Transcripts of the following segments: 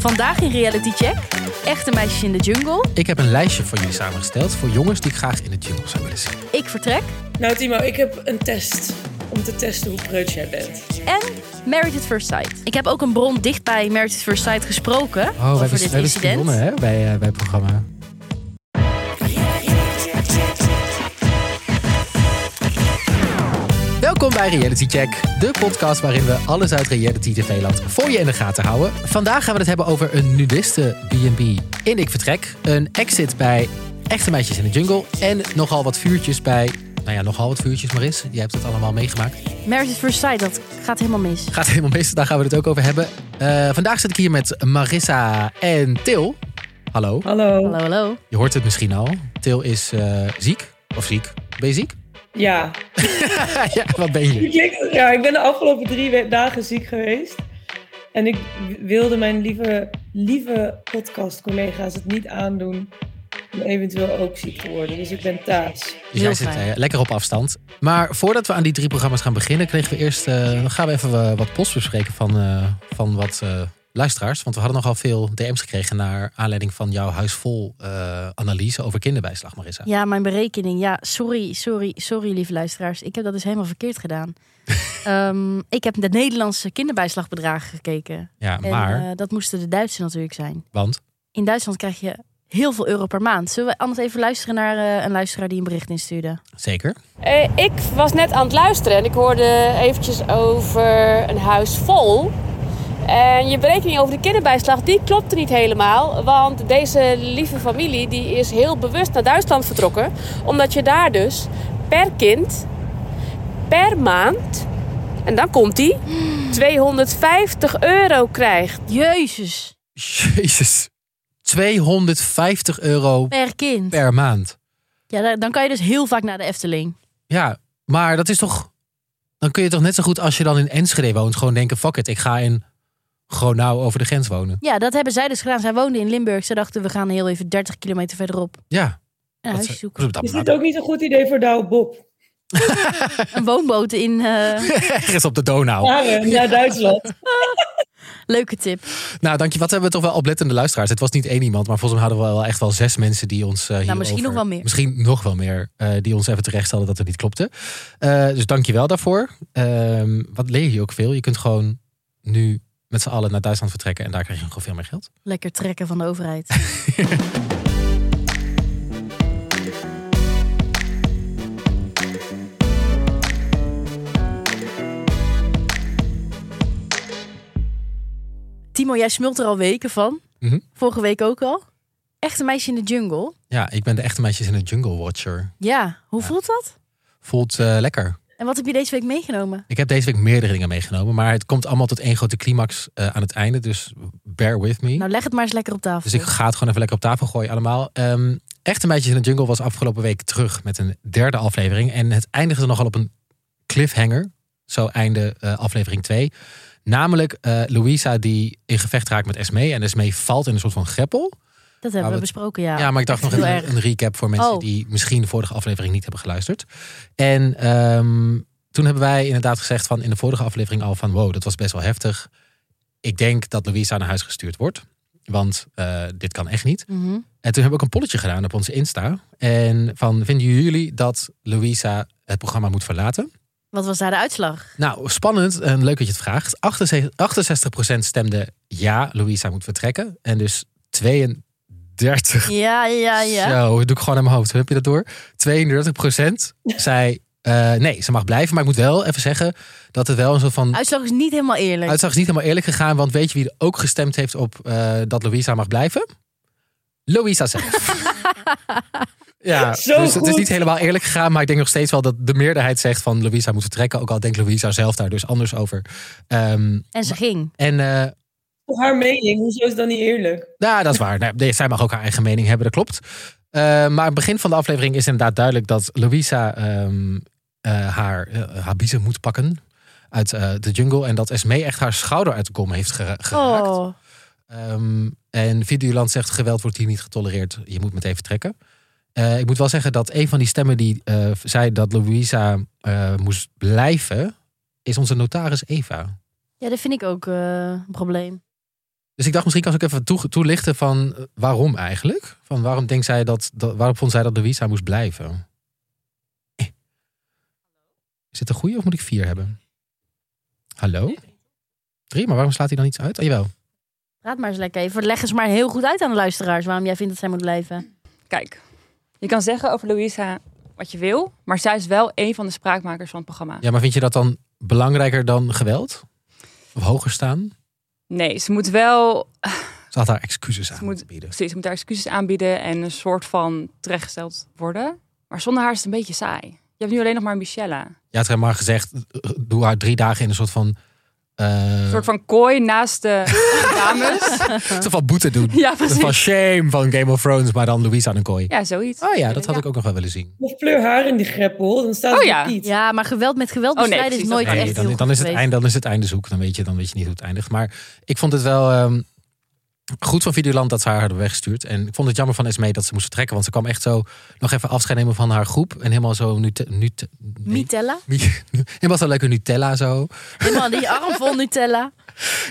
Vandaag in Reality Check, echte meisjes in de jungle. Ik heb een lijstje voor jullie samengesteld voor jongens die ik graag in de jungle zou willen Oh, zien. Ik vertrek. Nou Timo, ik heb een test om te testen hoe preuts jij bent. En Married at First Sight. Ik heb ook een bron dicht bij Married at First Sight gesproken over dit incident. hè, bij, eh, bij het programma. Welkom bij Reality Check, de podcast waarin we alles uit reality tv-land voor je in de gaten houden. Vandaag gaan we het hebben over een nudiste B&B in Ik Vertrek, een exit bij Echte Meisjes in de Jungle en nogal wat vuurtjes bij... Nou ja, nogal wat vuurtjes maar eens. Jij hebt het allemaal meegemaakt. Married at First Sight, dat gaat helemaal mis. Gaat helemaal mis, daar gaan we het ook over hebben. Eh, vandaag zit ik hier met Marissa en Til. Hallo. Hallo. Hallo, hallo. Je hoort het misschien al. Til is eh, ziek. Of ziek. Ben je ziek? Ja. ja, wat ben je? ja, ik ben de afgelopen drie we- dagen ziek geweest. En ik wilde mijn lieve, lieve podcast-collega's het niet aandoen om eventueel ook ziek te worden. Dus ik ben thuis. Dus Heel jij zit fijn. eh, lekker op afstand. Maar voordat we aan die drie programma's gaan beginnen, kregen we eerst. eh, dan gaan we even eh, wat post bespreken van, eh, van wat eh, luisteraars. Want we hadden nogal veel DM's gekregen naar aanleiding van jouw huisvol eh, analyse over kinderbijslag, Marissa. Ja, mijn berekening. Ja, sorry, sorry, sorry, lieve luisteraars. Ik heb dat dus helemaal verkeerd gedaan. Ehm, ik heb de Nederlandse kinderbijslagbedragen gekeken. Ja, En maar. eh, dat moesten de Duitsers natuurlijk zijn. want. In Duitsland krijg je heel veel euro per maand. Zullen we anders even luisteren naar eh, een luisteraar die een bericht instuurde? Zeker. Eh, ik was net aan het luisteren en ik hoorde eventjes over een huis vol. En je berekening over de kinderbijslag, die klopte niet helemaal. Want deze lieve familie die is heel bewust naar Duitsland vertrokken. Omdat je daar dus per kind, per maand, en dan komt die, 250 euro krijgt. Jezus, Jezus. 250 euro per kind. per maand. Ja, da- dan kan je dus heel vaak naar de Efteling. Ja, maar dat is toch. Dan kun je toch net zo goed als je dan in Enschede woont, gewoon denken: fuck it, ik ga in Gronau over de grens wonen. Ja, dat hebben zij dus gedaan. Zij woonden in Limburg. Ze dachten, we gaan heel even 30 kilometer verderop Ja, een dat huisje is- zoeken. dat- Is dit ook niet een goed idee voor Douwe Bob? Een woonboot in... eh, Ergens op de Donau. Naar, naar Duitsland. leuke tip. Nou, dank je. Wat hebben we toch wel oplettende luisteraars? Het was niet één iemand, maar volgens mij hadden we wel echt wel zes mensen die ons eh hierover- Nou, misschien nog wel meer. Misschien nog wel meer. eh, die ons even terecht hadden dat het niet klopte. Eh, dus dank je wel daarvoor. Ehm, wat leer je ook veel? Je kunt gewoon nu met z'n allen naar Duitsland vertrekken en daar krijg je gewoon veel meer geld. Lekker trekken van de overheid. Timo, jij smult er al weken van. Mhm. Vorige week ook al. Echte meisje in de jungle. Ja, ik ben de echte meisjes in de Jungle Watcher. Ja, hoe Ja. voelt dat? Voelt eh, lekker. En wat heb je deze week meegenomen? Ik heb deze week meerdere dingen meegenomen, maar het komt allemaal tot één grote climax eh, aan het einde. Dus bear with me. Nou, leg het maar eens lekker op tafel. Dus ik ga het gewoon even lekker op tafel gooien allemaal. Ehm Echte Meisjes in de Jungle was afgelopen week terug met een derde aflevering. En het eindigde nogal op een cliffhanger. Zo einde eh, aflevering 2. Namelijk eh, Louisa die in gevecht raakt met Esme. En Esme valt in een soort van greppel. Dat Nou, hebben we dat- besproken, ja. Ja, maar ik dacht nog heel even erg. een recap voor mensen Oh. die misschien de vorige aflevering niet hebben geluisterd. En ehm, toen hebben wij inderdaad gezegd van in de vorige aflevering al van wow, dat was best wel heftig. Ik denk dat Louisa naar huis gestuurd wordt. Want eh, dit kan echt niet. Mhm. En toen hebben we ook een polletje gedaan op onze Insta. En van, vinden jullie dat Louisa het programma moet verlaten? Wat was daar de uitslag? Nou, spannend en leuk dat je het vraagt. 68% stemde ja, Louisa moet vertrekken. En dus 32... Ja, ja, ja. Zo, dat doe ik gewoon in mijn hoofd. Heb je dat door? 32% zei eh, nee, ze mag blijven. Maar ik moet wel even zeggen dat het wel een soort van... Uitslag is niet helemaal eerlijk. Uitzag is dus niet helemaal eerlijk gegaan. Want weet je wie er ook gestemd heeft op eh, dat Louisa mag blijven? Louisa zelf. ja, Zo dus het is goed. niet helemaal eerlijk gegaan. Maar ik denk nog steeds wel dat de meerderheid zegt van Louisa moet vertrekken. Ook al denkt Louisa zelf daar dus anders over. Ehm, En ze ging. en eh, Voor haar mening, hoezo is dat niet eerlijk? ja, dat is waar. Nou, nee, zij mag ook haar eigen mening hebben, dat klopt. Eh, maar aan het begin van de aflevering is inderdaad duidelijk dat Louisa ehm, eh, haar, eh, haar biezen moet pakken uit eh, de jungle. En dat Esme echt haar schouder uit de kom heeft gera- geraakt. Oh, Ehm, en Videoland zegt: geweld wordt hier niet getolereerd. Je moet meteen vertrekken. Eh, ik moet wel zeggen dat een van die stemmen die eh, zei dat Louisa eh, moest blijven, is onze notaris Eva. ja, dat vind ik ook eh, een probleem. Dus ik dacht, misschien kan ze ook even toe- toelichten van eh, waarom eigenlijk? Van waarom denkt zij dat, dat waarom vond zij dat Louisa moest blijven? Eh. Is dit een goede of moet ik vier hebben? Hallo? Drie, maar waarom slaat hij dan iets uit? Oh, jawel. Praat maar eens lekker even. Leg eens maar heel goed uit aan de luisteraars waarom jij vindt dat zij moet blijven. Kijk, je kan zeggen over Louisa wat je wil, maar zij is wel een van de spraakmakers van het programma. Ja, maar vind je dat dan belangrijker dan geweld? Of hoger staan? Nee, ze moet wel, Ze had haar excuses aan moet- te bieden. precies, ze moet haar excuses aanbieden en een soort van terechtgesteld worden. Maar zonder haar is het een beetje saai. Je hebt nu alleen nog maar Michelle. Ja, het heeft maar gezegd, eh, doe haar drie dagen in een soort van... eh, Een soort van kooi naast de dames. soort van boete doen. Ja, Een soort van precies. shame van Game of Thrones, maar dan Louisa aan een kooi. Ja, zoiets. Oh ja, dat had ik ook nog wel willen zien. Of pleur haar in die greppel, dan staat Oh het ja. niet. Ja, maar geweld met geweld Oh, nee, bestrijden is precies, nooit dat echt Nee, heel dan, goed dan, is het geweest. eind, dan is het einde zoek. Dan weet, je, dan weet je niet hoe het eindigt. Maar ik vond het wel ehm, goed van Videoland dat ze haar hadden weggestuurd. En ik vond het jammer van Esmee dat ze moest vertrekken. Want ze kwam echt zo nog even afscheid nemen van haar groep. En helemaal zo... Nute, nute, nee, Nutella? helemaal zo lekker Nutella zo. Helemaal die arm vol Nutella.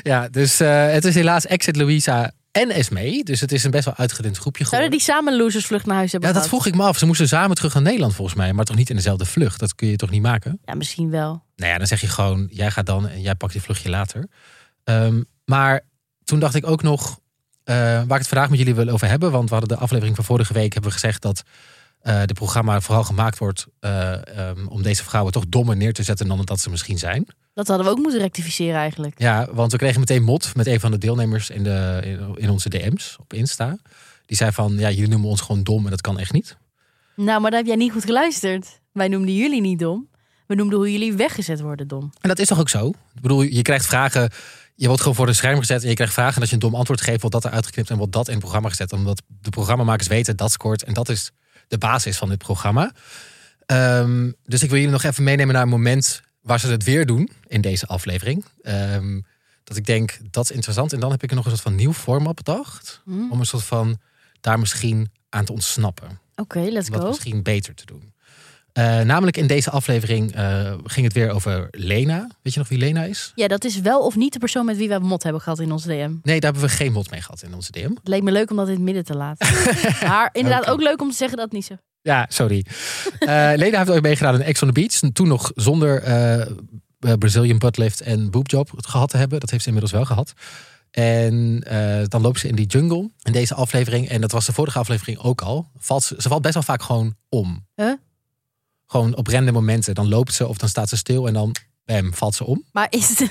Ja, dus eh, het is helaas Exit Louisa en Esmee. Dus het is een best wel uitgedund groepje Zouden geworden. die samen losersvlucht naar huis hebben Ja, dat gehad? vroeg ik me af. Ze moesten samen terug naar Nederland volgens mij. Maar toch niet in dezelfde vlucht. Dat kun je toch niet maken? Ja, misschien wel. Nou ja, dan zeg je gewoon, jij gaat dan en jij pakt die vluchtje later. Ehm, maar toen dacht ik ook nog, eh, waar ik het vandaag met jullie wil over hebben. Want we hadden de aflevering van vorige week hebben we gezegd dat eh de programma vooral gemaakt wordt eh, ehm, om deze vrouwen toch dommer neer te zetten dan dat ze misschien zijn. Dat hadden we ook moeten rectificeren eigenlijk. Ja, want we kregen meteen mot met een van de deelnemers in, de, in- in onze DM's op Insta. Die zei van, ja, jullie noemen ons gewoon dom en dat kan echt niet. Nou, maar daar heb jij niet goed geluisterd. Wij noemden jullie niet dom. We noemden hoe jullie weggezet worden dom. En dat is toch ook zo? Ik bedoel, je krijgt vragen. Je wordt gewoon voor de scherm gezet en je krijgt vragen. En als je een dom antwoord geeft, wordt dat eruit geknipt en wordt dat in het programma gezet. Omdat de programmamakers weten dat scoort. En dat is de basis van dit programma. Ehm, dus ik wil jullie nog even meenemen naar een moment waar ze het weer doen in deze aflevering. Ehm, dat ik denk, dat is interessant. En dan heb ik er nog een soort van nieuw format bedacht. Hm? Mm-hmm. Om een soort van daar misschien aan te ontsnappen Oké, let's om dat go. misschien beter te doen. Eh, namelijk in deze aflevering eh, ging het weer over Lena. Weet je nog wie Lena is? Ja, dat is wel of niet de persoon met wie we mot hebben gehad in ons DM. Nee, daar hebben we geen mot mee gehad in onze DM. Het leek me leuk om dat in het midden te laten. maar inderdaad Oké. ook leuk om te zeggen dat het niet zo. Ja, sorry. Eh, Lena heeft ooit meegedaan in Ex on the Beach. Toen nog zonder eh, eh, Brazilian buttlift en boobjob gehad te hebben. Dat heeft ze inmiddels wel gehad. En eh, dan loopt ze in die jungle in deze aflevering. En dat was de vorige aflevering ook al. Valt ze, ze valt best wel vaak gewoon om. Huh? Gewoon op random momenten. Dan loopt ze of dan staat ze stil en dan bam, valt ze om. Maar is het,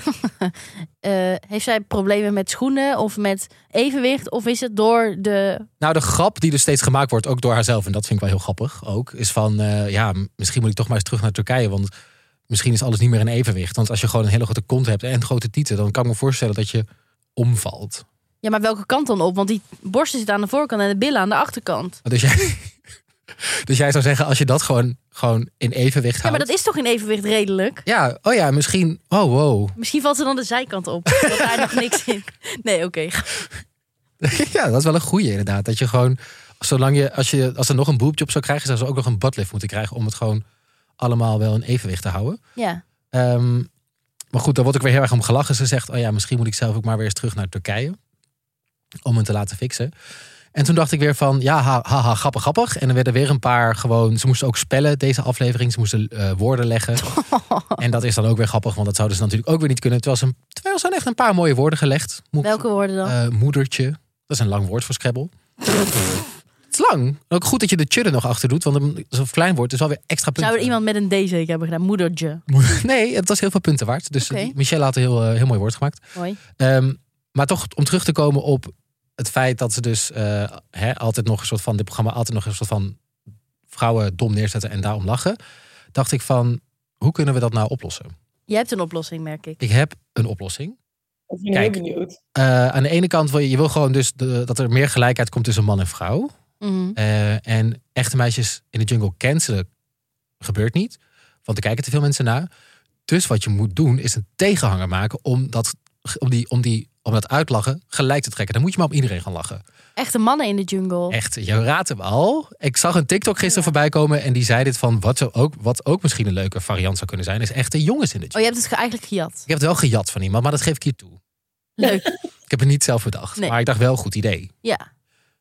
Eh, heeft zij problemen met schoenen of met evenwicht? Of is het door de... Nou, de grap die dus steeds gemaakt wordt, ook door haarzelf, en dat vind ik wel heel grappig ook, is van eh, ja, m- misschien moet ik toch maar eens terug naar Turkije, want misschien is alles niet meer in evenwicht. Want als je gewoon een hele grote kont hebt en grote tieten, dan kan ik me voorstellen dat je omvalt. Ja, maar welke kant dan op? Want die borsten zitten aan de voorkant en de billen aan de achterkant. Dus jij, dus jij zou zeggen, als je dat gewoon, gewoon in evenwicht Ja, maar houdt. dat is toch in evenwicht redelijk? Ja, oh ja, misschien. Oh, wow. Misschien valt ze dan de zijkant op. Dat daar nog niks in. Nee, oké. ja, dat is wel een goeie inderdaad. Dat je gewoon, zolang je, als, je, als er nog een boobjob zou krijgen, zou ze ook nog een buttlift moeten krijgen om het gewoon allemaal wel in evenwicht te houden. Ja. Ehm, maar goed, daar wordt ook weer heel erg om gelachen. Ze zegt, oh ja, misschien moet ik zelf ook maar weer eens terug naar Turkije. Om het te laten fixen. En toen dacht ik weer van, ja, ha- haha, grappig, grappig. En er werden weer een paar gewoon... Ze moesten ook spellen, deze aflevering. Ze moesten eh, woorden leggen. en dat is dan ook weer grappig, want dat zouden ze natuurlijk ook weer niet kunnen. Terwijl ze, terwijl ze echt een paar mooie woorden gelegd. Moe- Welke woorden dan? eh, moedertje. Dat is een lang woord voor Scrabble. Het is lang. En ook goed dat je de tje er nog achter doet. Want een- zo'n klein woord is wel weer extra punten. Zou er iemand met een D zeker hebben gedaan? Moedertje. Nee, het was heel veel punten waard. Dus Oké. Michelle had een heel, eh, heel mooi woord gemaakt. Mooi. Ehm, maar toch om terug te komen op het feit dat ze dus eh, hè, altijd nog een soort van dit programma altijd nog een soort van vrouwen dom neerzetten en daarom lachen. Dacht ik van hoe kunnen we dat nou oplossen? Jij hebt een oplossing, merk ik. Ik heb een oplossing. Ik ben Kijk. heel benieuwd. Eh, aan de ene kant wil je, je wil gewoon dus de- dat er meer gelijkheid komt tussen man en vrouw. Mhm. Eh, en echte meisjes in de jungle cancelen gebeurt niet. Want er kijken te veel mensen naar. Dus wat je moet doen is een tegenhanger maken om dat, om die, om die, om dat uitlachen gelijk te trekken. Dan moet je maar op iedereen gaan lachen. Echte mannen in de jungle. Echt, je raadt hem al. Ik zag een TikTok gisteren voorbij komen en die zei dit van wat, zou ook, wat ook misschien een leuke variant zou kunnen zijn. Is echte jongens in de Oh, jungle. je hebt het ge- eigenlijk gejat. Ik heb het wel gejat van iemand, maar dat geef ik hier toe. Leuk. Ik heb het niet zelf bedacht, Nee. maar ik dacht wel goed idee. Ja.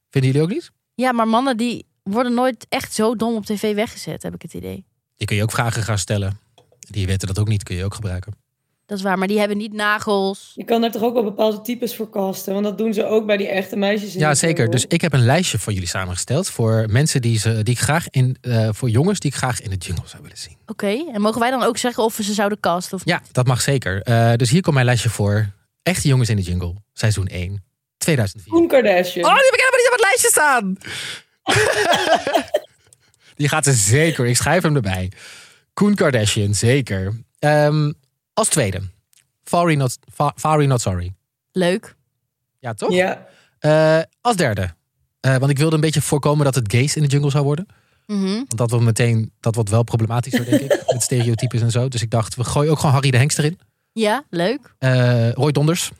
Vinden jullie ook niet? ja, maar mannen die worden nooit echt zo dom op tv weggezet, heb ik het idee. Je kun je ook vragen gaan stellen. Die weten dat ook niet, kun je ook gebruiken. Dat is waar, maar die hebben niet nagels. Je kan daar toch ook wel bepaalde types voor casten? Want dat doen ze ook bij die echte meisjes. in Ja, de zeker. jungle. Dus ik heb een lijstje voor jullie samengesteld. Voor mensen die, ze, die ik graag in. eh, voor jongens die ik graag in de jungle zou willen zien. Oké, en mogen wij dan ook zeggen of we ze zouden casten of Ja, dat mag zeker. Eh, dus hier komt mijn lijstje voor. Echte jongens in de jungle, seizoen 1, 2004. Koen Kardashian. Oh, die heb ik helemaal niet op het lijstje staan. die gaat er zeker. Ik schrijf hem erbij. Koen Kardashian, zeker. Ehm, als tweede. Fari not, Fa- Fari not sorry. leuk? Ja, toch? Ja. Eh, als derde. Eh, want ik wilde een beetje voorkomen dat het gays in de jungle zou worden. Mhm. Want dat wordt meteen, dat wordt wel problematisch, hoor, denk ik. met stereotypes en zo. Dus ik dacht, we gooien ook gewoon Harry de Hengst erin. Ja, leuk. Eh Roy Donders.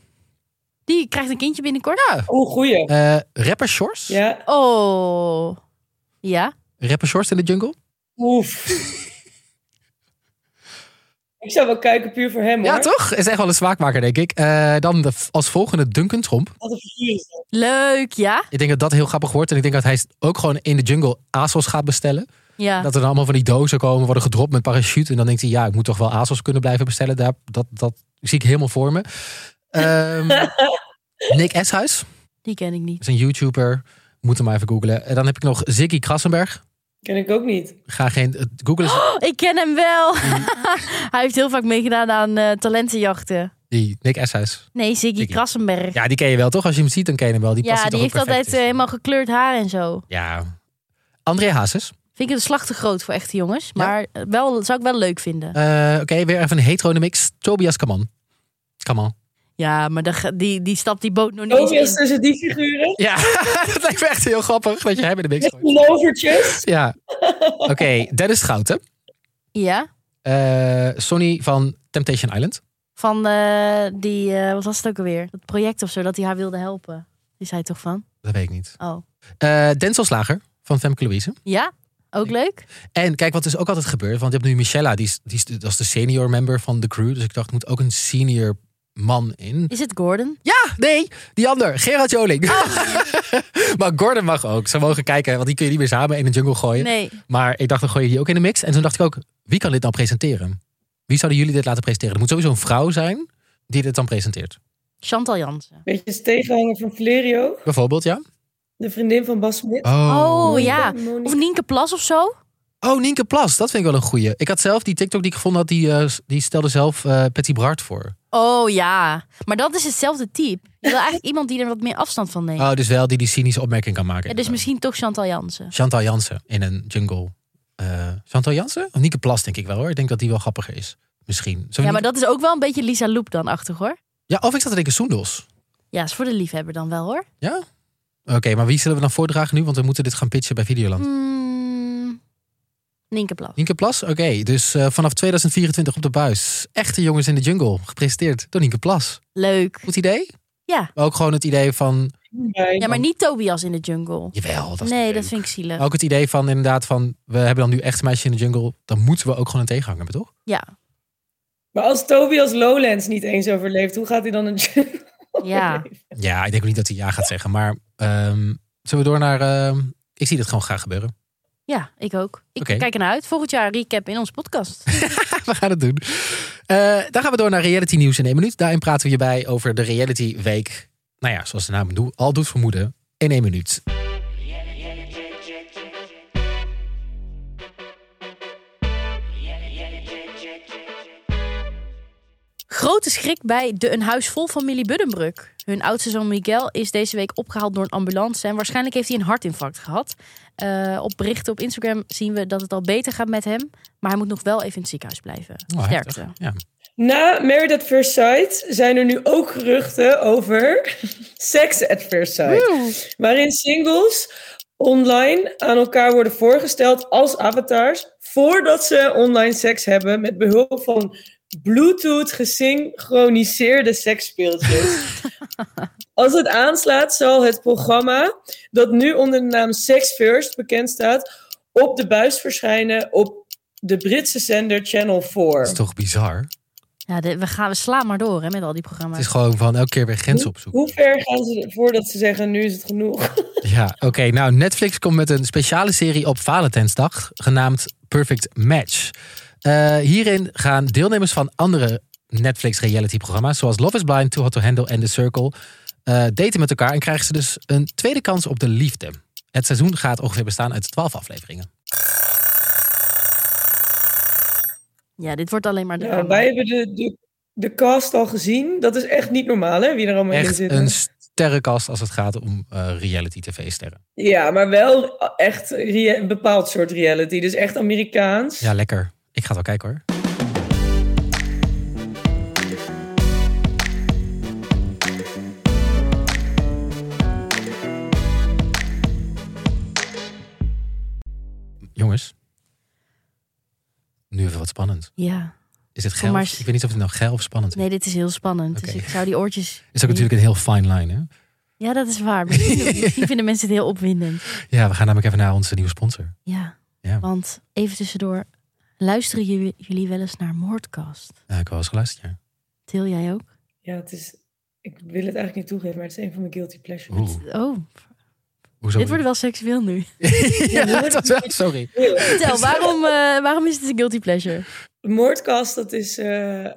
Die krijgt een kindje binnenkort. Oh, goeie. Eh, rapper Shores. Ja. Oh. Ja. Rapper Shores in de jungle. Oef. ik zou wel kijken puur voor hem, hoor. Ja, toch? Is echt wel een smaakmaker, denk ik. Eh, dan de, als volgende Duncan Tromp. Wat een figuur is dat. Leuk, ja. Ik denk dat dat heel grappig wordt. En ik denk dat hij ook gewoon in de jungle ASOS gaat bestellen. Ja. Dat er dan allemaal van die dozen komen, worden gedropt met parachute. En dan denkt hij, ja, ik moet toch wel ASOS kunnen blijven bestellen. Daar, dat, dat zie ik helemaal voor me. Ehm, Nick Eshuis Die ken ik niet. is een YouTuber. Moet hem maar even googlen. En dan heb ik nog Ziggy Krassenberg. Ken ik ook niet. Ga geen... eh, Googlen ze- Ik ken hem wel. Hij heeft heel vaak meegedaan aan eh, talentenjachten. die. Nick Eshuis. Nee, Ziggy Ziggy. Krassenberg. Ja, Ja, die ken je wel, toch? Als je hem ziet, dan ken je hem wel. Die, past die hier toch heeft ook altijd perfect eh, helemaal gekleurd haar en zo. in. Ja. André Hazes. Vind ik een slag te groot voor echte jongens. Maar eh, wel, zou ik wel leuk vinden. Eh, Oké, weer even een heteronomix. Tobias Kaman. Kaman. Ja, maar de ge- die, die stapt die boot nog niet eens Tobias in. tussen die figuren. Ja, dat lijkt me echt heel grappig dat je hem in de mix Met gooit. pullovertjes. Ja. Oké, Dennis Schouten. Ja, Eh Sonny van Temptation Island. van eh, die, eh, wat was het ook alweer? Dat project of zo, dat hij haar wilde helpen. Is hij toch van? Dat weet ik niet. Oh. Eh Denzel Slager van Femke Louise. Ja, ook leuk. En kijk, wat is ook altijd gebeurd. Want je hebt nu Michella, die is, die is, dat is de senior member van de crew. Dus ik dacht, er moet ook een senior man in. Is het Gordon? Ja, nee, die ander, Gerard Joling. maar Gordon mag ook. Ze mogen kijken, want die kun je niet meer samen in de jungle gooien. Nee. Maar ik dacht, dan gooi je die ook in de mix. En toen dacht ik ook, wie kan dit nou presenteren? Wie zouden jullie dit laten presenteren? Er moet sowieso een vrouw zijn die dit dan presenteert. Chantal Jansen. Beetje eens tegenhanger van Valerio. Bijvoorbeeld, ja. De vriendin van Bas Smit. Oh, Monica, ja. Monica. Of Nienke Plas of zo? Oh, Nienke Plas, dat vind ik wel een goeie. Ik had zelf die TikTok die ik gevonden had, die, eh, die stelde zelf eh Patty Bart voor. Oh ja. Maar dat is hetzelfde type. Je wil eigenlijk iemand die er wat meer afstand van neemt. Oh, dus wel die die cynische opmerking kan maken. ja, dus misschien toch Chantal Jansen. Chantal Jansen in een jungle. Eh, Chantal Jansen? Of Nienke Plas denk ik wel hoor. Ik denk dat die wel grappiger is. Misschien. Zullen Ja, we maar Nienke- dat is ook wel een beetje Lisa Loep dan achter hoor. ja, of ik zat te denken Soendels. Ja, is voor de liefhebber dan wel hoor. Ja? Oké, maar wie zullen we dan voordragen nu? Want we moeten dit gaan pitchen bij Videoland. Hmm. Mm, Nienke Plas. Nienke Plas, oké. Dus eh, vanaf 2024 op de buis. Echte jongens in de jungle. Gepresenteerd door Nienke Plas. Leuk. Goed idee? Ja. Maar ook gewoon het idee van... Bij. Ja, maar niet Tobias in de jungle. Jawel, dat is Nee, leuk. dat vind ik zielig. Maar Ook het idee van inderdaad van... We hebben dan nu echt meisjes in de jungle. Dan moeten we ook gewoon een tegenhanger hebben, toch? Ja. Maar als Tobias Lowlands niet eens overleeft, hoe gaat hij dan een jungle Oh. Ja. overleven? Ja, ik denk ook niet dat hij ja gaat zeggen. Maar ehm, zullen we door naar... ehm, ik zie dit gewoon graag gebeuren. Ja, ik ook. Ik Oké. kijk ernaar uit. Volgend jaar recap in onze podcast. we gaan het doen. Eh, dan gaan we door naar reality nieuws in één minuut. Daarin praten we hierbij over de reality week. Nou ja, zoals de naam doe- al doet vermoeden. In één minuut. Grote schrik bij de Een Huis Vol familie Buddenbroek. Hun oudste zoon Miguel is deze week opgehaald door een ambulance... en waarschijnlijk heeft hij een hartinfarct gehad. Eh, op berichten op Instagram zien we dat het al beter gaat met hem... maar hij moet nog wel even in het ziekenhuis blijven. Oh, heftig. Sterkte. Ja. Na Married at First Sight zijn er nu ook geruchten over Sex at First Sight. Waarin singles online aan elkaar worden voorgesteld als avatars... voordat ze online seks hebben met behulp van Bluetooth gesynchroniseerde seksspeeltjes. Als het aanslaat zal het programma dat nu onder de naam Sex First bekend staat... op de buis verschijnen op de Britse zender Channel 4. Dat is toch bizar? Ja, de- we, gaan, we slaan maar door hè, met al die programma's. Het is gewoon van elke keer weer grenzen opzoeken. Hoe ver gaan ze ervoor dat ze zeggen, nu is het genoeg? Ja, oké. nou, Netflix komt met een speciale serie op Valentijnsdag, genaamd Perfect Match. Eh, hierin gaan deelnemers van andere Netflix reality-programma's, zoals Love is Blind, Too Hot to Handle en The Circle, eh, daten met elkaar en krijgen ze dus een tweede kans op de liefde. Het seizoen gaat ongeveer bestaan uit 12 afleveringen. Ja, dit wordt alleen maar de. Ja, Nou, wij hebben de, de, de cast al gezien. Dat is echt niet normaal, hè? Wie er allemaal in Echt zit. een sterrenkast als het gaat om eh, reality-tv-sterren. Ja, maar wel echt rea- een bepaald soort reality. Dus echt Amerikaans. Ja, lekker. Ik ga het wel kijken hoor. Jongens. Nu even wat spannend. Ja. Is het Kom geil? maar of- eens. Ik weet niet of het nou geil of spannend is. Nee, dit is heel spannend. Oké. Dus ik zou die oortjes. Het is ook natuurlijk een heel fine line, hè? Ja, dat is waar. Misschien, misschien vinden mensen het heel opwindend. Ja, we gaan namelijk even naar onze nieuwe sponsor. Ja. Ja. Want even tussendoor. Luisteren jullie, jullie wel eens naar Moordcast? Ja, Eh, ik heb wel eens geluisterd, ja. Til jij ook? Ja, het is... Ik wil het eigenlijk niet toegeven, maar het is een van mijn guilty pleasures. Oeh, Oh, hoezo? dit wordt wel seksueel nu. ja, dat was wel, sorry. Vertel, waarom, eh, waarom is het een guilty pleasure? Moordcast, dat is. eh,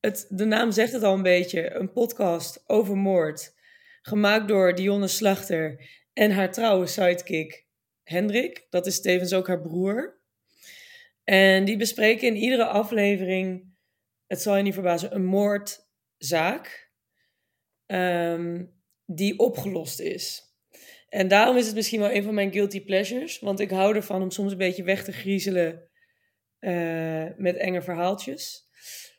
het, de naam zegt het al een beetje. Een podcast over moord. Gemaakt door Dionne Slachter en haar trouwe sidekick Hendrik. Dat is tevens ook haar broer. En die bespreken in iedere aflevering, het zal je niet verbazen, een moordzaak. ehm, die opgelost is. En daarom is het misschien wel een van mijn guilty pleasures. Want ik hou ervan om soms een beetje weg te griezelen eh, met enge verhaaltjes.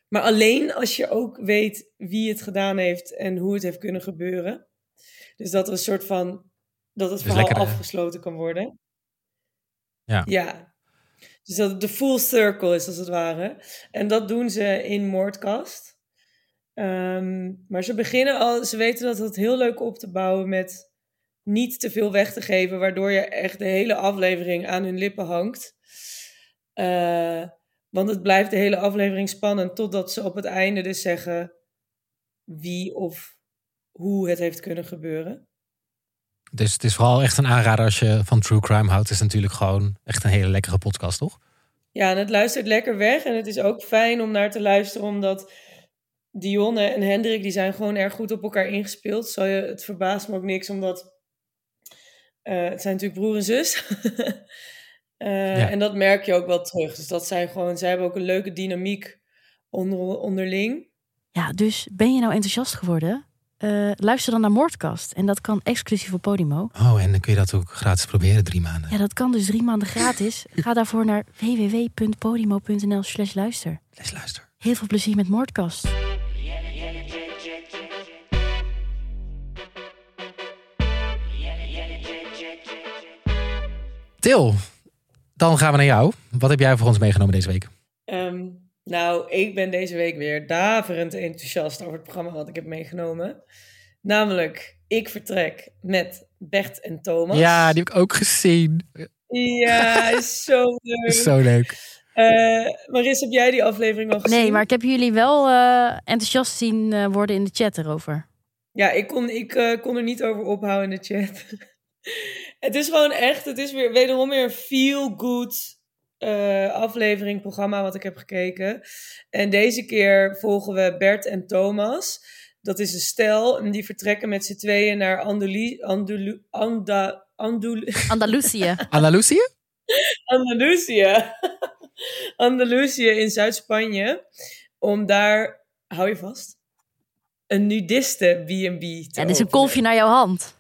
Maar alleen als je ook weet wie het gedaan heeft en hoe het heeft kunnen gebeuren. Dus dat er een soort van dat het Dus verhaal lekker, eh, afgesloten kan worden. Ja. ja. Dus dat het de full circle is als het ware. En dat doen ze in Moordkast. Ehm, maar ze beginnen al, ze weten dat het heel leuk op te bouwen met niet te veel weg te geven, waardoor je echt de hele aflevering aan hun lippen hangt. Eh, want het blijft de hele aflevering spannend totdat ze op het einde dus zeggen wie of hoe het heeft kunnen gebeuren. Dus het is vooral echt een aanrader als je van true crime houdt. Het is natuurlijk gewoon echt een hele lekkere podcast, toch? Ja, en het luistert lekker weg. En het is ook fijn om naar te luisteren, omdat Dionne en Hendrik, die zijn gewoon erg goed op elkaar ingespeeld. Zal je, het verbaast me ook niks, omdat eh, het zijn natuurlijk broer en zus. Eh, Ja. En dat merk je ook wel terug. Dus dat zijn gewoon, zij hebben ook een leuke dynamiek onder, onderling. Ja, dus ben je nou enthousiast geworden? Eh, luister dan naar Moordcast. En dat kan exclusief op Podimo. Oh, en dan kun je dat ook gratis proberen, drie maanden. Ja, dat kan dus drie maanden gratis. Ga daarvoor naar www.podimo.nl slash luister. Les luister. Heel veel plezier met Moordcast. Til, dan gaan we naar jou. Wat heb jij voor ons meegenomen deze week? Ehm, nou, ik ben deze week weer daverend enthousiast over het programma wat ik heb meegenomen. Namelijk, ik vertrek met Bert en Thomas. Ja, die heb ik ook gezien. Ja, is zo leuk. Zo leuk. Eh, Maris, heb jij die aflevering al gezien? Nee, maar ik heb jullie wel eh, enthousiast zien eh, worden in de chat erover. Ja, ik kon, ik, eh, kon er niet over ophouden in de chat. het is gewoon echt, het is weer wederom weer een feel-good eh, aflevering, programma wat ik heb gekeken. En deze keer volgen we Bert en Thomas. Dat is een stel en die vertrekken met z'n tweeën naar Andalu- Andalu- Anda- Andalu- Andalusië. Andalusië? Andalusië. Andalusië in Zuid-Spanje. Om daar, hou je vast, een nudiste B&B te Ja, dit is een openen. kolfje naar jouw hand.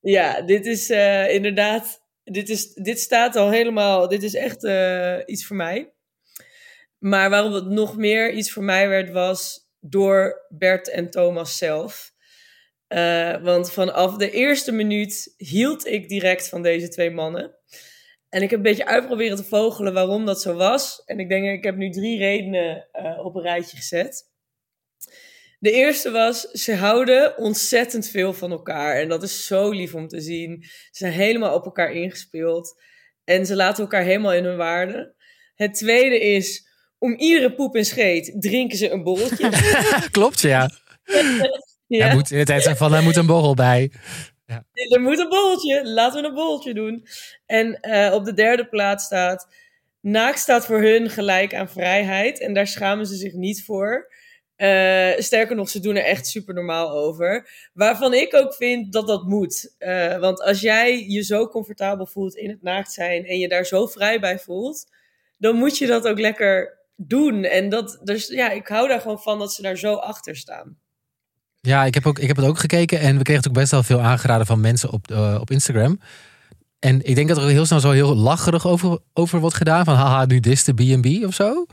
Ja, dit is eh, inderdaad. Dit, is, dit staat al helemaal. Dit is echt eh, iets voor mij. Maar waarom het nog meer iets voor mij werd, was door Bert en Thomas zelf. Eh, want vanaf de eerste minuut hield ik direct van deze twee mannen. En ik heb een beetje uitproberen te vogelen waarom dat zo was. En ik denk, ik heb nu drie redenen eh, op een rijtje gezet. De eerste was, ze houden ontzettend veel van elkaar. En dat is zo lief om te zien. Ze zijn helemaal op elkaar ingespeeld. En ze laten elkaar helemaal in hun waarde. Het tweede is om iedere poep en scheet drinken ze een borreltje. Klopt, ja. ja, Hij moet in de tijd zijn van, hij moet een borrel bij. Er moet een borreltje, laten we een borreltje doen. En eh, op de derde plaats staat, naakt staat voor hun gelijk aan vrijheid. En daar schamen ze zich niet voor. Eh, sterker nog, ze doen er echt super normaal over. Waarvan ik ook vind dat dat moet. Eh, want als jij je zo comfortabel voelt in het naakt zijn en je daar zo vrij bij voelt, dan moet je dat ook lekker doen. En dat, dus ja, ik hou daar gewoon van dat ze daar zo achter staan. Ja, ik heb, ook, ik heb het ook gekeken en we kregen het ook best wel veel aangeraden van mensen op, eh, op Instagram. En ik denk dat er heel snel zo heel lacherig over, over wordt gedaan. Van haha, nu dit de B&B of zo.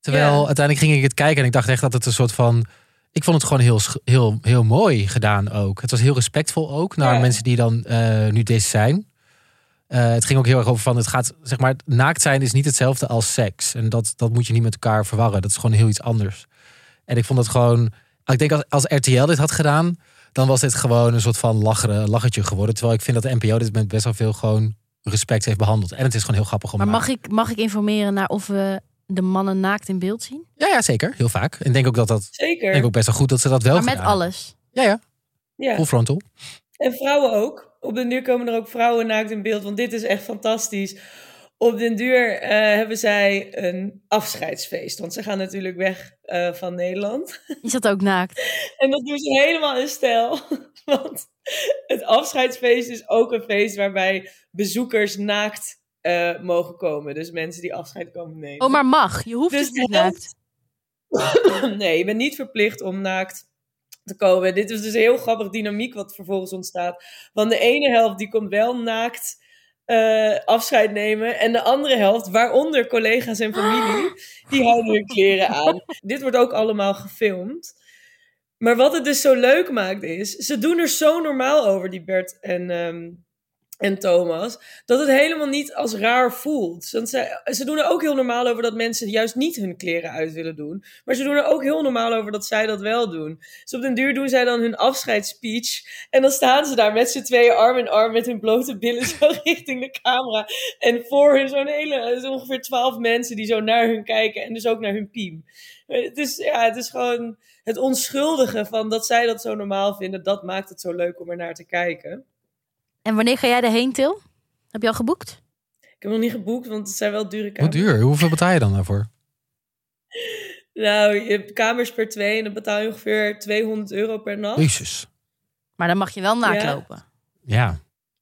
Terwijl Ja. uiteindelijk ging ik het kijken en ik dacht echt dat het een soort van... Ik vond het gewoon heel, sch- heel, heel mooi gedaan ook. Het was heel respectvol ook naar Ja. mensen die dan eh, nu dit zijn. Eh, het ging ook heel erg over van het gaat, zeg maar, naakt zijn is niet hetzelfde als seks. En dat, dat moet je niet met elkaar verwarren. Dat is gewoon heel iets anders. En ik vond dat gewoon, ik denk als, als RTL dit had gedaan, dan was dit gewoon een soort van lacheren, lachertje geworden. Terwijl ik vind dat de NPO dit met best wel veel gewoon respect heeft behandeld. En het is gewoon heel grappig om. Maar naar- mag ik, mag ik informeren naar of we de mannen naakt in beeld zien? Ja, ja, zeker. Heel vaak. En ik denk ook dat dat, Zeker. denk ook best wel goed dat ze dat wel maar met gedaan hebben. alles. Ja, ja. ja. Full frontal. En vrouwen ook. Op den duur komen er ook vrouwen naakt in beeld, want dit is echt fantastisch. Op den duur eh, hebben zij een afscheidsfeest, want ze gaan natuurlijk weg eh, van Nederland. Is dat ook naakt? En dat doen ze helemaal in stijl, want het afscheidsfeest is ook een feest waarbij bezoekers naakt eh, mogen komen. Dus mensen die afscheid komen nemen. Oh, maar mag. Je hoeft Dus dus niet de helft- naakt. Nee, je bent niet verplicht om naakt te komen. Dit is dus een heel grappig dynamiek wat vervolgens ontstaat. Want de ene helft die komt wel naakt eh, afscheid nemen. En de andere helft, waaronder collega's en familie, die houden hun kleren aan. Dit wordt ook allemaal gefilmd. Maar wat het dus zo leuk maakt is, ze doen er zo normaal over, die Bert en, ehm, en Thomas, dat het helemaal niet als raar voelt. Want ze, ze doen er ook heel normaal over dat mensen juist niet hun kleren uit willen doen. Maar ze doen er ook heel normaal over dat zij dat wel doen. Dus op den duur doen zij dan hun afscheidsspeech. En dan staan ze daar met z'n tweeën arm in arm met hun blote billen zo richting de camera. En voor hun zo'n hele, zo ongeveer twaalf mensen die zo naar hun kijken en dus ook naar hun piem. Eh, Het is, ja, het is gewoon het onschuldige van dat zij dat zo normaal vinden. Dat maakt het zo leuk om er naar te kijken. En wanneer ga jij erheen, Til? Heb je al geboekt? Ik heb nog niet geboekt, want het zijn wel dure Hoe kamers. duur? Hoeveel betaal je dan daarvoor? Nou, je hebt kamers per twee en dan betaal je ongeveer 200 euro per nacht. Jezus. Maar dan mag je wel naakt Ja. lopen. Ja.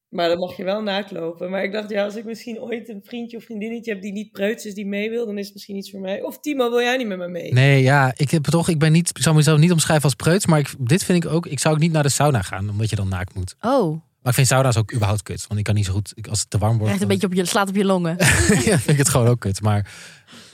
Maar dan mag je wel naaklopen. Maar ik dacht, ja, als ik misschien ooit een vriendje of vriendinnetje heb die niet preuts is, die mee wil, dan is het misschien iets voor mij. Of Timo, wil jij niet met me mee? Nee, ja. Ik heb het toch, ik ben niet, ik zou mezelf niet omschrijven als preuts. Maar ik, dit vind ik ook, ik zou ook niet naar de sauna gaan, omdat je dan naakt moet. Oh, Maar ik vind sauna's ook überhaupt kut. Want ik kan niet zo goed, ik- als het te warm je wordt, krijgt een dan- beetje op je, slaat op je longen. ja, vind ik het gewoon ook kut. Maar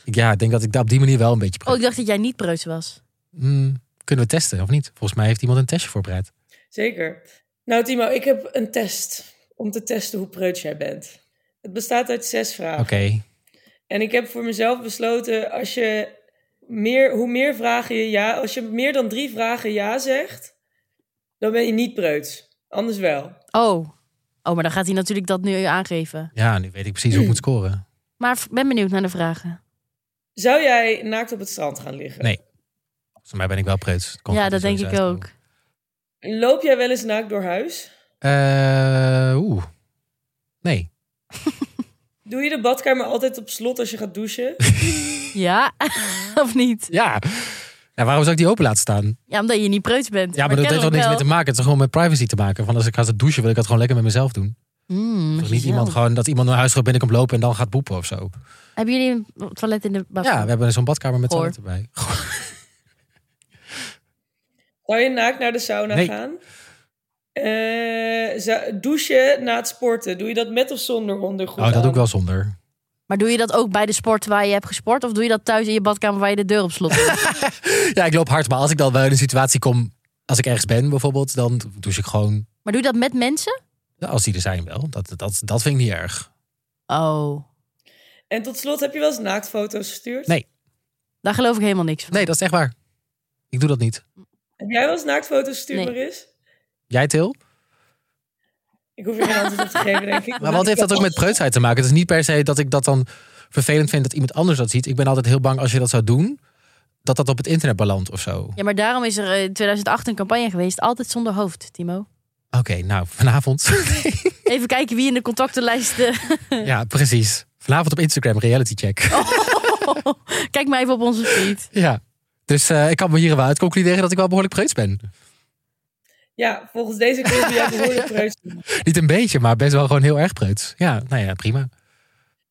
ik, ja, ik denk dat ik daar op die manier wel een beetje... Oh, ik dacht dat jij niet preuts was. Hmm, kunnen we testen of niet? Volgens mij heeft iemand een testje voorbereid. Zeker. Nou, Timo, ik heb een test om te testen hoe preuts jij bent. Het bestaat uit zes vragen. Ah. Oké. En ik heb voor mezelf besloten, als je meer, hoe meer vragen je ja, als je meer dan drie vragen ja zegt, dan ben je niet preuts. Anders wel. Oh. Oh, maar dan gaat hij natuurlijk dat nu aangeven. Ja, nu weet ik Hmm. precies hoe ik moet scoren. Maar v- ben benieuwd naar de vragen. Zou jij naakt op het strand gaan liggen? Nee. Volgens mij ben ik wel preuts. dus Het komt ja, er dat zo denk eens ik uit. ook. Loop jij wel eens naakt door huis? Eh, Oeh. Nee. Doe je de badkamer altijd op slot als je gaat douchen? Ja, of niet? Ja. Nou, waarom zou ik die open laten staan? Ja, omdat je niet preuts bent. Ja, maar, dat heeft toch niks mee te maken. Het is gewoon met privacy te maken. Van als ik ga zitten douchen, wil ik dat gewoon lekker met mezelf doen. Hmm, Toch niet iemand gewoon dat iemand naar huis gaat binnenkomt lopen en dan gaat boepen of zo. Hebben jullie een toilet in de bak? Ja, we hebben zo'n badkamer met Goor. toilet erbij. Zou je naakt naar de sauna Nee. gaan? Eh, zou- douchen na het sporten. Doe je dat met of zonder ondergoed? Oh, dat doe aan? ik wel zonder. Maar doe je dat ook bij de sport waar je hebt gesport? Of doe je dat thuis in je badkamer waar je de deur op slot doet? Ja, ik loop hard. Maar als ik dan wel in een situatie kom, als ik ergens ben bijvoorbeeld, dan douche ik gewoon, maar doe je dat met mensen? ja, als die er zijn wel. Dat, dat, dat vind ik niet erg. Oh, En tot slot, heb je wel eens naaktfoto's gestuurd? Nee. daar geloof ik helemaal niks van. Nee, dat is echt waar. Ik doe dat niet. Heb jij wel eens naaktfoto's gestuurd, Nee. Maris? Jij, Til? Ik hoef je geen antwoord op te geven, denk ik. Maar wat heeft dat ook met preutsheid te maken? Het is niet per se dat ik dat dan vervelend vind dat iemand anders dat ziet. Ik ben altijd heel bang als je dat zou doen, dat dat op het internet belandt of zo. Ja, maar daarom is er eh, in 2008 een campagne geweest. Altijd zonder hoofd, Timo. Oké, nou, vanavond. Even kijken wie in de contactenlijst... eh, ja, precies. Vanavond op Instagram, reality check. Kijk maar even op onze feed. Ja. Dus eh, ik kan me hier wel uit concluderen dat ik wel behoorlijk preuts ben. Ja, volgens deze quiz ben jij behoorlijk preuts. Niet een beetje, maar best wel gewoon heel erg preuts. Ja, nou ja, prima.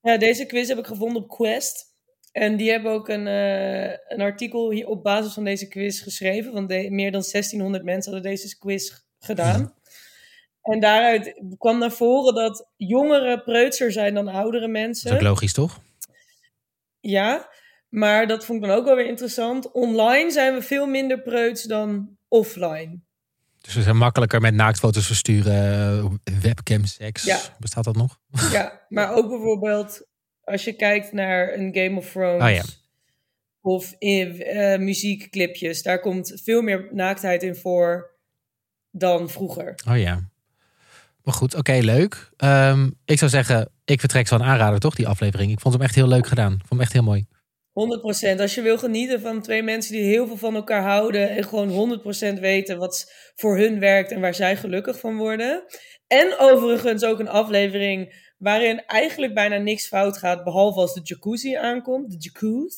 Ja, deze quiz heb ik gevonden op Quest. En die hebben ook een, eh, een artikel hier op basis van deze quiz geschreven. Want de- meer dan 1600 mensen hadden deze quiz g- gedaan. En daaruit kwam naar voren dat jongeren preutser zijn dan oudere Dat is ook mensen. logisch, toch? Ja, maar dat vond ik dan ook wel weer interessant. Online zijn we veel minder preuts dan offline. Dus we zijn makkelijker met naaktfoto's versturen, webcam seks. Ja. Bestaat dat nog? Ja, maar ook bijvoorbeeld als je kijkt naar een Game of Thrones. Oh ja. Of in, eh, muziekclipjes. Daar komt veel meer naaktheid in voor dan vroeger. Oh ja. Maar goed, oké, leuk. Ehm, ik zou zeggen, ik vertrek zo'n aanrader, toch, die aflevering? Ik vond hem echt heel leuk gedaan. Ik vond hem echt heel mooi. 100%. Als je wil genieten van twee mensen die heel veel van elkaar houden. En gewoon 100% weten wat voor hun werkt en waar zij gelukkig van worden. En overigens ook een aflevering waarin eigenlijk bijna niks fout gaat. Behalve als de jacuzzi aankomt. De jacuzzi.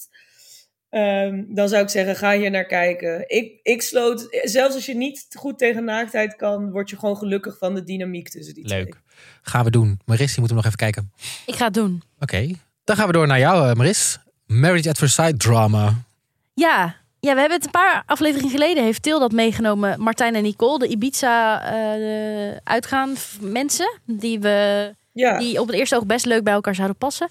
Ehm, dan zou ik zeggen, ga hier naar kijken. Ik, ik sloot, zelfs als je niet goed tegen naaktheid kan, word je gewoon gelukkig van de dynamiek tussen die twee. Leuk. Gaan we doen. Maris, die moet hem nog even kijken. Ik ga het doen. Oké. Dan gaan we door naar jou, eh, Maris. Marriage at First Sight drama. Ja. ja, we hebben het een paar afleveringen geleden. Heeft Til dat meegenomen. Martijn en Nicole, de Ibiza eh uitgaan f- mensen. Die, we, Ja, die op het eerste oog best leuk bij elkaar zouden passen.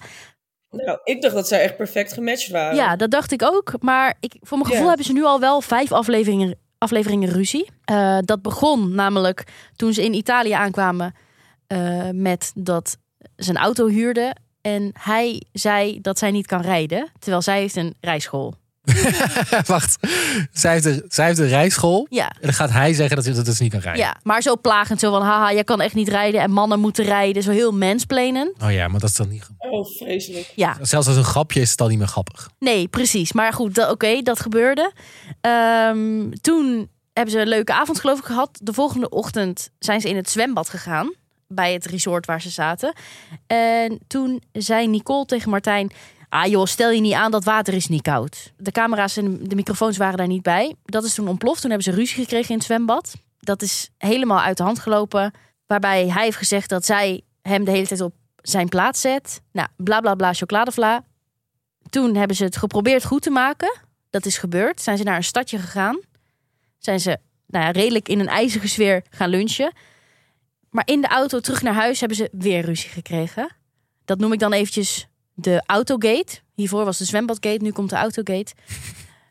nou, ik dacht dat zij echt perfect gematcht waren. Ja, dat dacht ik ook. Maar ik, voor mijn gevoel Ehm, Ja. hebben ze nu al wel vijf afleveringen, afleveringen ruzie. Eh, dat begon namelijk toen ze in Italië aankwamen eh, met dat ze een auto huurde. En hij zei dat zij niet kan rijden, terwijl zij heeft een rijschool. Wacht. Zij heeft, een, zij heeft een rijschool. Ja, En dan gaat hij zeggen dat, hij- dat ze niet kan rijden. ja. maar zo plagend, zo van haha, jij kan echt niet rijden en mannen moeten rijden. Zo heel mensplenen. Oh ja, maar dat is dan niet... Oh, vreselijk. Ja, Zelfs als een grapje is het dan niet meer grappig. Nee, precies. Maar goed, dat- oké, dat gebeurde. Ehm, toen hebben ze een leuke avond, geloof ik, gehad. De volgende ochtend zijn ze in het zwembad gegaan. Bij het resort waar ze zaten. En toen zei Nicole tegen Martijn... Ah joh, stel je niet aan, dat water is niet koud. De camera's en de microfoons waren daar niet bij. Dat is toen ontploft. Toen hebben ze ruzie gekregen in het zwembad. Dat is helemaal uit de hand gelopen. Waarbij hij heeft gezegd dat zij hem de hele tijd op zijn plaats zet. Nou, bla bla bla, chocoladevla toen hebben ze het geprobeerd goed te maken. Dat is gebeurd. Zijn ze naar een stadje gegaan. Zijn ze nou ja, redelijk in een ijzige sfeer gaan lunchen. Maar in de auto terug naar huis hebben ze weer ruzie gekregen. Dat noem ik dan eventjes de autogate. Hiervoor was de zwembadgate, nu komt de autogate.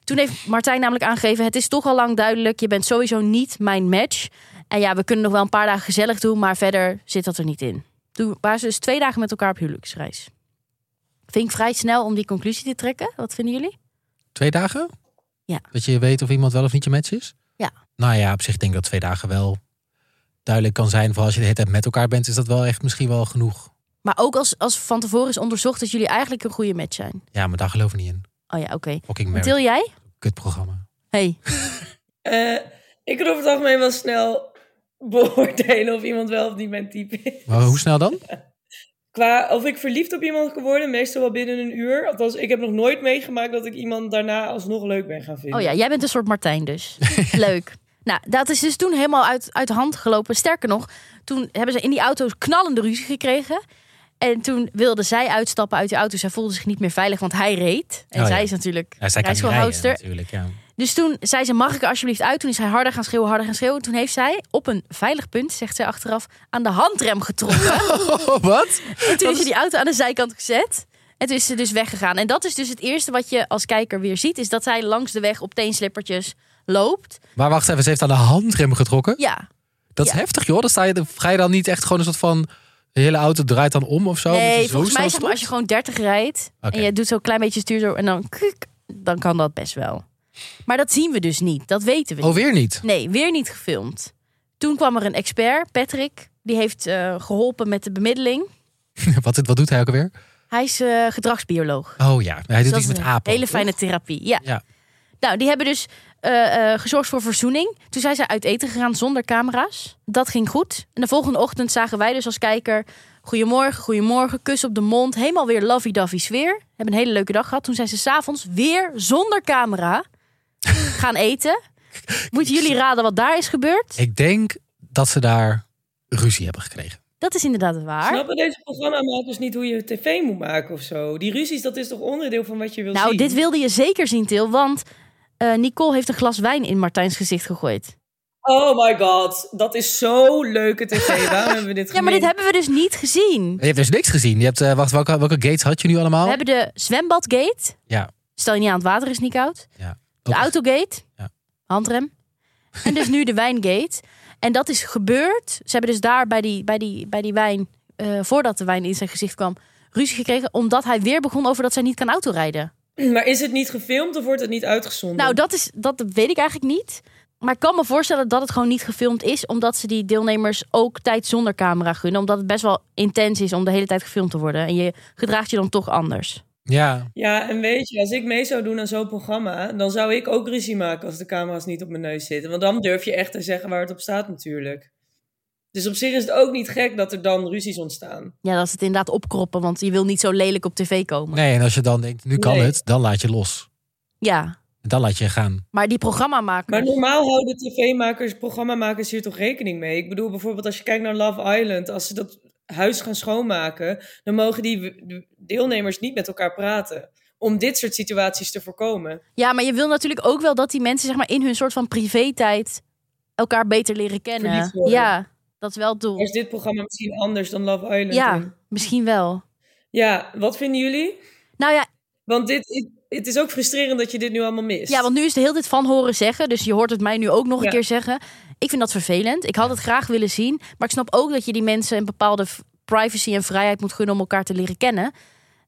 Toen heeft Martijn namelijk aangegeven... het is toch al lang duidelijk, je bent sowieso niet mijn match. En ja, we kunnen nog wel een paar dagen gezellig doen... maar verder zit dat er niet in. Toen waren ze dus twee dagen met elkaar op huwelijksreis. Vind ik vrij snel om die conclusie te trekken. Wat vinden jullie? Twee dagen? Ja. Dat je weet of iemand wel of niet je match is? Ja. Nou ja, op zich denk ik dat twee dagen wel duidelijk kan zijn. Vooral als je de hele tijd met elkaar bent, is dat wel echt misschien wel genoeg. Maar ook als, als van tevoren is onderzocht dat jullie eigenlijk een goede match zijn. Ja, maar daar geloof ik niet in. Oh ja, oké. Fucking En marriage. Til jij? Kut programma. Hey. Eh, ik kan over het algemeen wel snel beoordelen of iemand wel of niet mijn type is. Maar hoe snel dan? Qua of ik verliefd op iemand kan worden, meestal wel binnen een uur. Althans, ik heb nog nooit meegemaakt dat ik iemand daarna alsnog leuk ben gaan vinden. Oh ja, jij bent een soort Martijn dus. Leuk. Nou, dat is dus toen helemaal uit, uit de hand gelopen. Sterker nog, toen hebben ze in die auto knallende ruzie gekregen. En toen wilde zij uitstappen uit die auto. Zij voelde zich niet meer veilig, want hij reed. En Oh ja. zij is natuurlijk Ja, zij kan niet rijden, rijschoolhoudster. natuurlijk. Ja. Dus toen zei ze, mag ik er alsjeblieft uit? Toen is hij harder gaan schreeuwen, harder gaan schreeuwen. Toen heeft zij op een veilig punt, zegt zij achteraf, aan de handrem getrokken. Oh, wat? en toen is ze die auto aan de zijkant gezet. En toen is ze dus weggegaan. En dat is dus het eerste wat je als kijker weer ziet. Is dat zij langs de weg op teenslippertjes loopt. Maar wacht even, ze heeft aan de handrem getrokken. Ja, Dat is Ja. heftig, joh. Dan sta je, ga je dan niet echt gewoon een soort van... De hele auto draait dan om of zo? Dat nee, is volgens zo mij snel zeg maar, als je gewoon 30 rijdt. Oké. En je doet zo'n klein beetje stuur zo. En dan kuk, dan kan dat best wel. Maar dat zien we dus niet. Dat weten we Oh, weer niet? Nee, weer niet gefilmd. Toen kwam er een expert, Patrick. Die heeft eh, geholpen met de bemiddeling. wat, wat doet hij ook alweer? Hij is eh, gedragsbioloog. Oh ja, hij doet Dus iets dat met is een apen. Hele toch? fijne therapie, ja. Ja. Nou, die hebben dus eh, eh, gezorgd voor verzoening. Toen zijn ze uit eten gegaan zonder camera's. Dat ging goed. En de volgende ochtend zagen wij dus als kijker... Goedemorgen, goedemorgen, kus op de mond. Helemaal weer lovey-dovey sfeer. Hebben een hele leuke dag gehad. Toen zijn ze s'avonds weer zonder camera gaan eten. Moeten jullie raden wat daar is gebeurd? Ik denk dat ze daar ruzie hebben gekregen. Dat is inderdaad waar. Snappen deze programmamakers niet hoe je tv moet maken of zo? Die ruzies, dat is toch onderdeel van wat je wil Nou, zien? dit wilde je zeker zien, Til. Want eh, Nicole heeft een glas wijn in Martijn's gezicht gegooid. Oh my god, dat is zo leuke tv. Waarom hebben we dit Ja, maar dit gemist? hebben we dus niet gezien. Je hebt dus niks gezien. Je hebt, eh, wacht, welke, welke gates had je nu allemaal? We hebben de zwembadgate. Oh. Ja. Stel je niet aan, het water is niet koud. De Ook- autogate. Ja. Handrem. En dus nu de wijngate. En dat is gebeurd. Ze hebben dus daar bij die, bij die, bij die wijn, eh, voordat de wijn in zijn gezicht kwam, ruzie gekregen. Omdat hij weer begon over dat zij niet kan autorijden. Maar is het niet gefilmd of wordt het niet uitgezonden? Nou, dat, is, dat weet ik eigenlijk niet. Maar ik kan me voorstellen dat het gewoon niet gefilmd is. Omdat ze die deelnemers ook tijd zonder camera gunnen. Omdat het best wel intens is om de hele tijd gefilmd te worden. En je gedraagt je dan toch anders. Ja, Ja, en weet je, als ik mee zou doen aan zo'n programma, dan zou ik ook ruzie maken als de camera's niet op mijn neus zitten. Want dan durf je echt te zeggen waar het op staat natuurlijk. Dus op zich is het ook niet gek dat er dan ruzies ontstaan. Ja, dat is het inderdaad opkroppen. Want je wil niet zo lelijk op tv komen. nee, en als je dan denkt, nu kan Nee. het, dan laat je los. Ja, En dan laat je gaan. Maar die programmamakers. Maar normaal houden tv-makers, programmamakers hier toch rekening mee? Ik bedoel bijvoorbeeld als je kijkt naar Love Island, als ze dat huis gaan schoonmaken, dan mogen die w- de deelnemers niet met elkaar praten. Om dit soort situaties te voorkomen. Ja, maar je wil natuurlijk ook wel dat die mensen zeg maar, in hun soort van privé-tijd elkaar beter leren kennen. Verliefd worden. Ja, dat is wel het Daar is doel. dit programma misschien anders dan Love Island. in. Ja, misschien wel. ja, wat vinden jullie? Nou ja, Want dit, i- het is ook frustrerend dat je dit nu allemaal mist. ja, want nu is de hele tijd van horen zeggen. Dus je hoort het mij nu ook nog een Ja. keer zeggen. Ik vind dat vervelend. Ik had het graag willen zien. Maar ik snap ook dat je die mensen een bepaalde v- privacy en vrijheid moet gunnen om elkaar te leren kennen.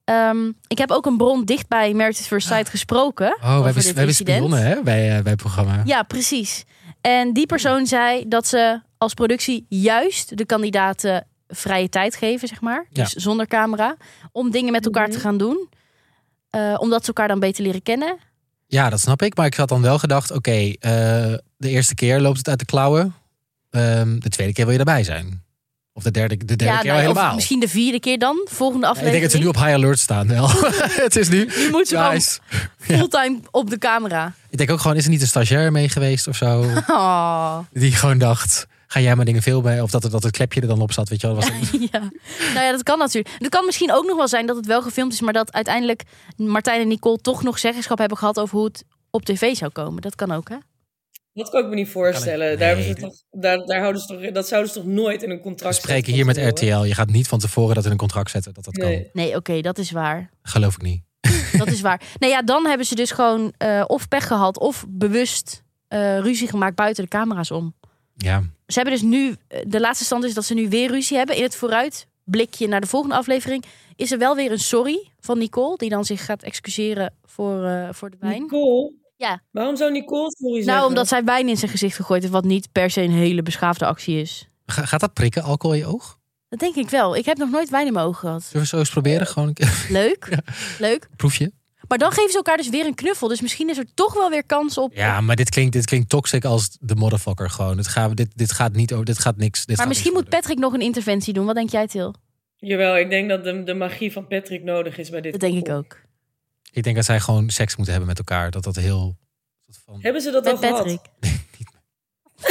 Ehm, ik heb ook een bron dicht bij Marriage at First Ah. Sight gesproken. Oh, we over hebben, dit we hebben incident. spionnen hè, bij, eh, bij het programma. Ja, precies. En die persoon zei dat ze als productie juist de kandidaten vrije tijd geven, zeg maar. Ja. Dus zonder camera. Om dingen met elkaar te gaan doen. Eh, omdat ze elkaar dan beter leren kennen. Ja, dat snap ik. Maar ik had dan wel gedacht, oké, eh, de eerste keer loopt het uit de klauwen. Ehm, de tweede keer wil je erbij zijn. Of de derde, de derde nou keer al of helemaal. misschien de vierde keer dan, volgende Ja, ik denk aflevering. dat ze nu op high alert staan. Wel. het is nu, Nu moet ze gewoon guys. fulltime op de camera. Ik denk ook gewoon, is er niet een stagiair mee geweest of zo? Oh. die gewoon dacht, ga jij maar dingen veel bij? Of dat, het- dat het klepje er dan op zat, weet je wel. Dat was een- Ja. Nou ja, dat kan natuurlijk. Het kan misschien ook nog wel zijn dat het wel gefilmd is, maar dat uiteindelijk Martijn en Nicole toch nog zeggenschap hebben gehad over hoe het op tv zou komen. Dat kan ook, hè? Dat kan ik me niet voorstellen. Kan ik- daar, hebben ze nee, toch, daar, daar houden ze toch, dat zouden ze toch nooit in een contract we spreken hier zetten van met RTL. tevoren? Je gaat niet van tevoren dat in een contract zetten dat dat kan. Nee. Nee, oké, dat is waar. Geloof ik niet. Dat is waar. Nou ja, dan hebben ze dus gewoon eh, of pech gehad of bewust eh, ruzie gemaakt buiten de camera's om. Ja, Ze hebben dus nu, eh, de laatste stand is dat ze nu weer ruzie hebben. In het vooruitblikje naar de volgende aflevering is er wel weer een sorry van Nicole. Die dan zich gaat excuseren voor, eh, voor de wijn. Nicole? Ja. Waarom zou Nicole sorry zeggen? Nou, omdat zij wijn in zijn gezicht gegooid heeft, wat niet per se een hele beschaafde actie is. Ga- gaat dat prikken, alcohol in je oog? Dat denk ik wel. Ik heb nog nooit wijn in mijn ogen gehad. Zullen we zo eens proberen? Gewoon een keer- Leuk, leuk. proefje. Maar dan geven ze elkaar dus weer een knuffel. Dus misschien is er toch wel weer kans op. Ja, maar dit klinkt, dit klinkt toxic als de motherfucker gewoon. Dit, gaan we- dit, dit gaat niet over, dit gaat niks. Dit maar gaat misschien niks moet Patrick nog een interventie doen. Wat denk jij, Til? Jawel, ik denk dat de, de magie van Patrick nodig is bij dit. Dat denk ik koppel. ook. worden. Ik denk dat zij gewoon seks moeten hebben met elkaar. Dat dat heel... dat van- Hebben ze dat al Met gehad? Patrick.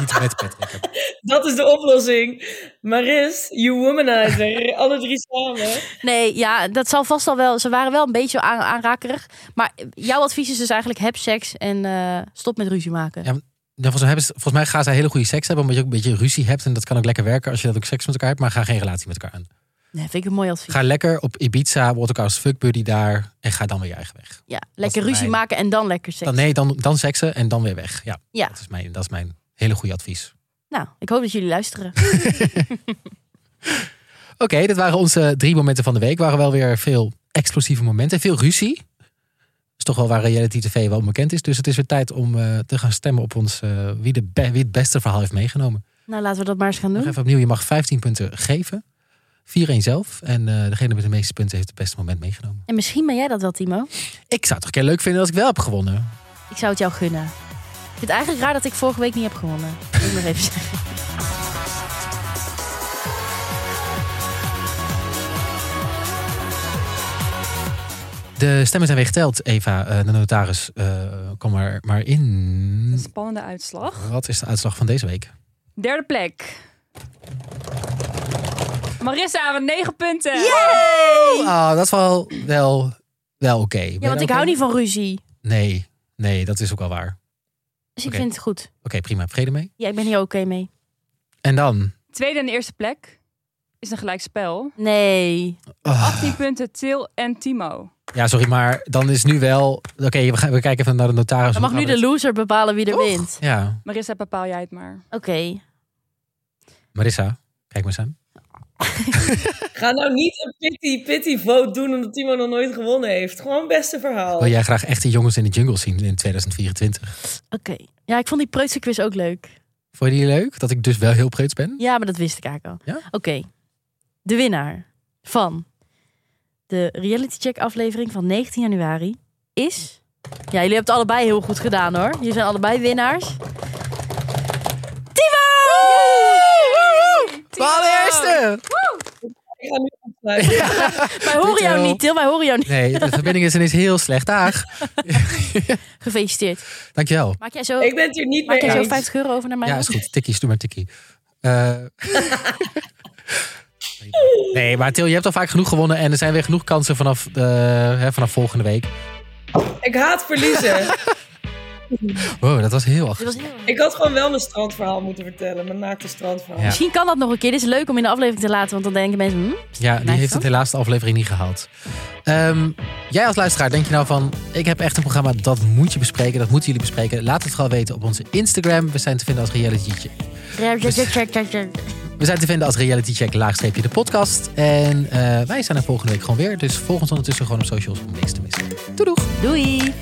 niet met Patrick. Dat is de oplossing. Maris, you womanizer. alle drie samen. Nee, ja, dat zal vast al wel. Ze waren wel een beetje aan- aanrakerig. Maar jouw advies is dus eigenlijk: heb seks en eh, stop met ruzie maken. Ja. Nou, volgens, mij hebben ze- volgens mij gaan zij hele goede seks hebben. Omdat je ook een beetje ruzie hebt. En dat kan ook lekker werken als je dat ook seks met elkaar hebt. Maar ga geen relatie met elkaar aan. Nee, vind ik een mooi advies. Ga lekker op Ibiza, word elkaar als fuckbuddy daar en ga dan weer je eigen weg. Ja, lekker is ruzie mijn- maken en dan lekker seks. Dan, nee, dan, dan seksen en dan weer weg. Ja, Ja. Dat, is mijn, dat is mijn hele goede advies. Nou, ik hoop dat jullie luisteren. Oké, dit waren onze drie momenten van de week. Waren wel weer veel explosieve momenten, veel ruzie. is toch wel waar reality tv wel bekend is. Dus het is weer tijd om eh, te gaan stemmen op ons, eh, wie, de be- wie het beste verhaal heeft meegenomen. nou, laten we dat maar eens gaan Nog doen. even opnieuw, je mag 15 punten geven. 4-1 zelf. En eh, degene met de meeste punten heeft het beste moment meegenomen. En misschien ben jij dat wel, Timo. Ik zou het toch een keer leuk vinden als ik wel heb gewonnen. Ik zou het jou gunnen. Ik vind het eigenlijk raar dat ik vorige week niet heb gewonnen. Moet ik nog even zeggen. De stemmen zijn weer geteld, Eva. Eh, de notaris, eh, kom maar, maar Een in. spannende uitslag. Wat is de uitslag van deze week? Derde plek. Marissa met 9 punten. Ah, dat is wel, wel, wel oké. Ja, want ik hou niet van ruzie. Nee, nee, dat is ook wel waar. Oké, Dus ik Oké. vind het goed. prima. Vrede mee. Ja, ik ben hier oké mee. En dan? Tweede en eerste plek is een gelijkspel. Nee. Ah. 18 punten Til en Timo. Ja, sorry, maar dan is nu wel... Oké, we, gaan- we kijken even naar de notaris. Dan mag Hoe nu gaan de we loser bepalen wie er wint. dit- Ja, Marissa, bepaal jij het maar. Oké. Marissa. Kijk maar Sam. Ga nou niet een pity, pity vote doen omdat Timo nog nooit gewonnen heeft. Gewoon beste verhaal. Wil jij graag echte jongens in de jungle zien in 2024? Oké. Ja, ik vond die preutse quiz ook leuk. Vond je die leuk? Dat ik dus wel heel preuts ben? Ja, maar dat wist ik eigenlijk al. Ja? Oké. De winnaar van de Reality Check aflevering van 19 januari is... Ja, jullie hebben het allebei heel goed gedaan hoor. Jullie zijn allebei winnaars. Timo! Timo! Ik ga nu afsluiten. Wij horen jou Tito. niet, Til. Wij horen jou niet. Nee, de verbinding is ineens heel slecht. Dag. Gefeliciteerd. Dankjewel. Maak jij zo, Ik ben het hier niet maak mee jij zo eens. 50 euro over naar mij? Ja, is goed. Tikkies, doe maar tikkie. Eh, nee, maar Til, je hebt al vaak genoeg gewonnen. En er zijn weer genoeg kansen vanaf, eh, hè, vanaf volgende week. Ik haat verliezen. Wow, Oh, dat was heel Dit was heel- ik had gewoon wel mijn strandverhaal moeten vertellen. Mijn naakte strandverhaal. Ja. Misschien kan dat nog een keer. Dit is leuk om in de aflevering te laten, want dan denken mensen... Hm, Ja, die Blijft heeft dan? het helaas de aflevering niet gehaald. Ehm, jij als luisteraar, denk je nou van... ik heb echt een programma, dat moet je bespreken, dat moeten jullie bespreken. Laat het vooral weten op onze Instagram. We zijn te vinden als Reality Check. We zijn te vinden als Reality Check, laagstreepje de podcast. En eh, wij zijn er volgende week gewoon weer. Dus volg ons ondertussen gewoon op socials om niks te missen. Doei doeg! Doei!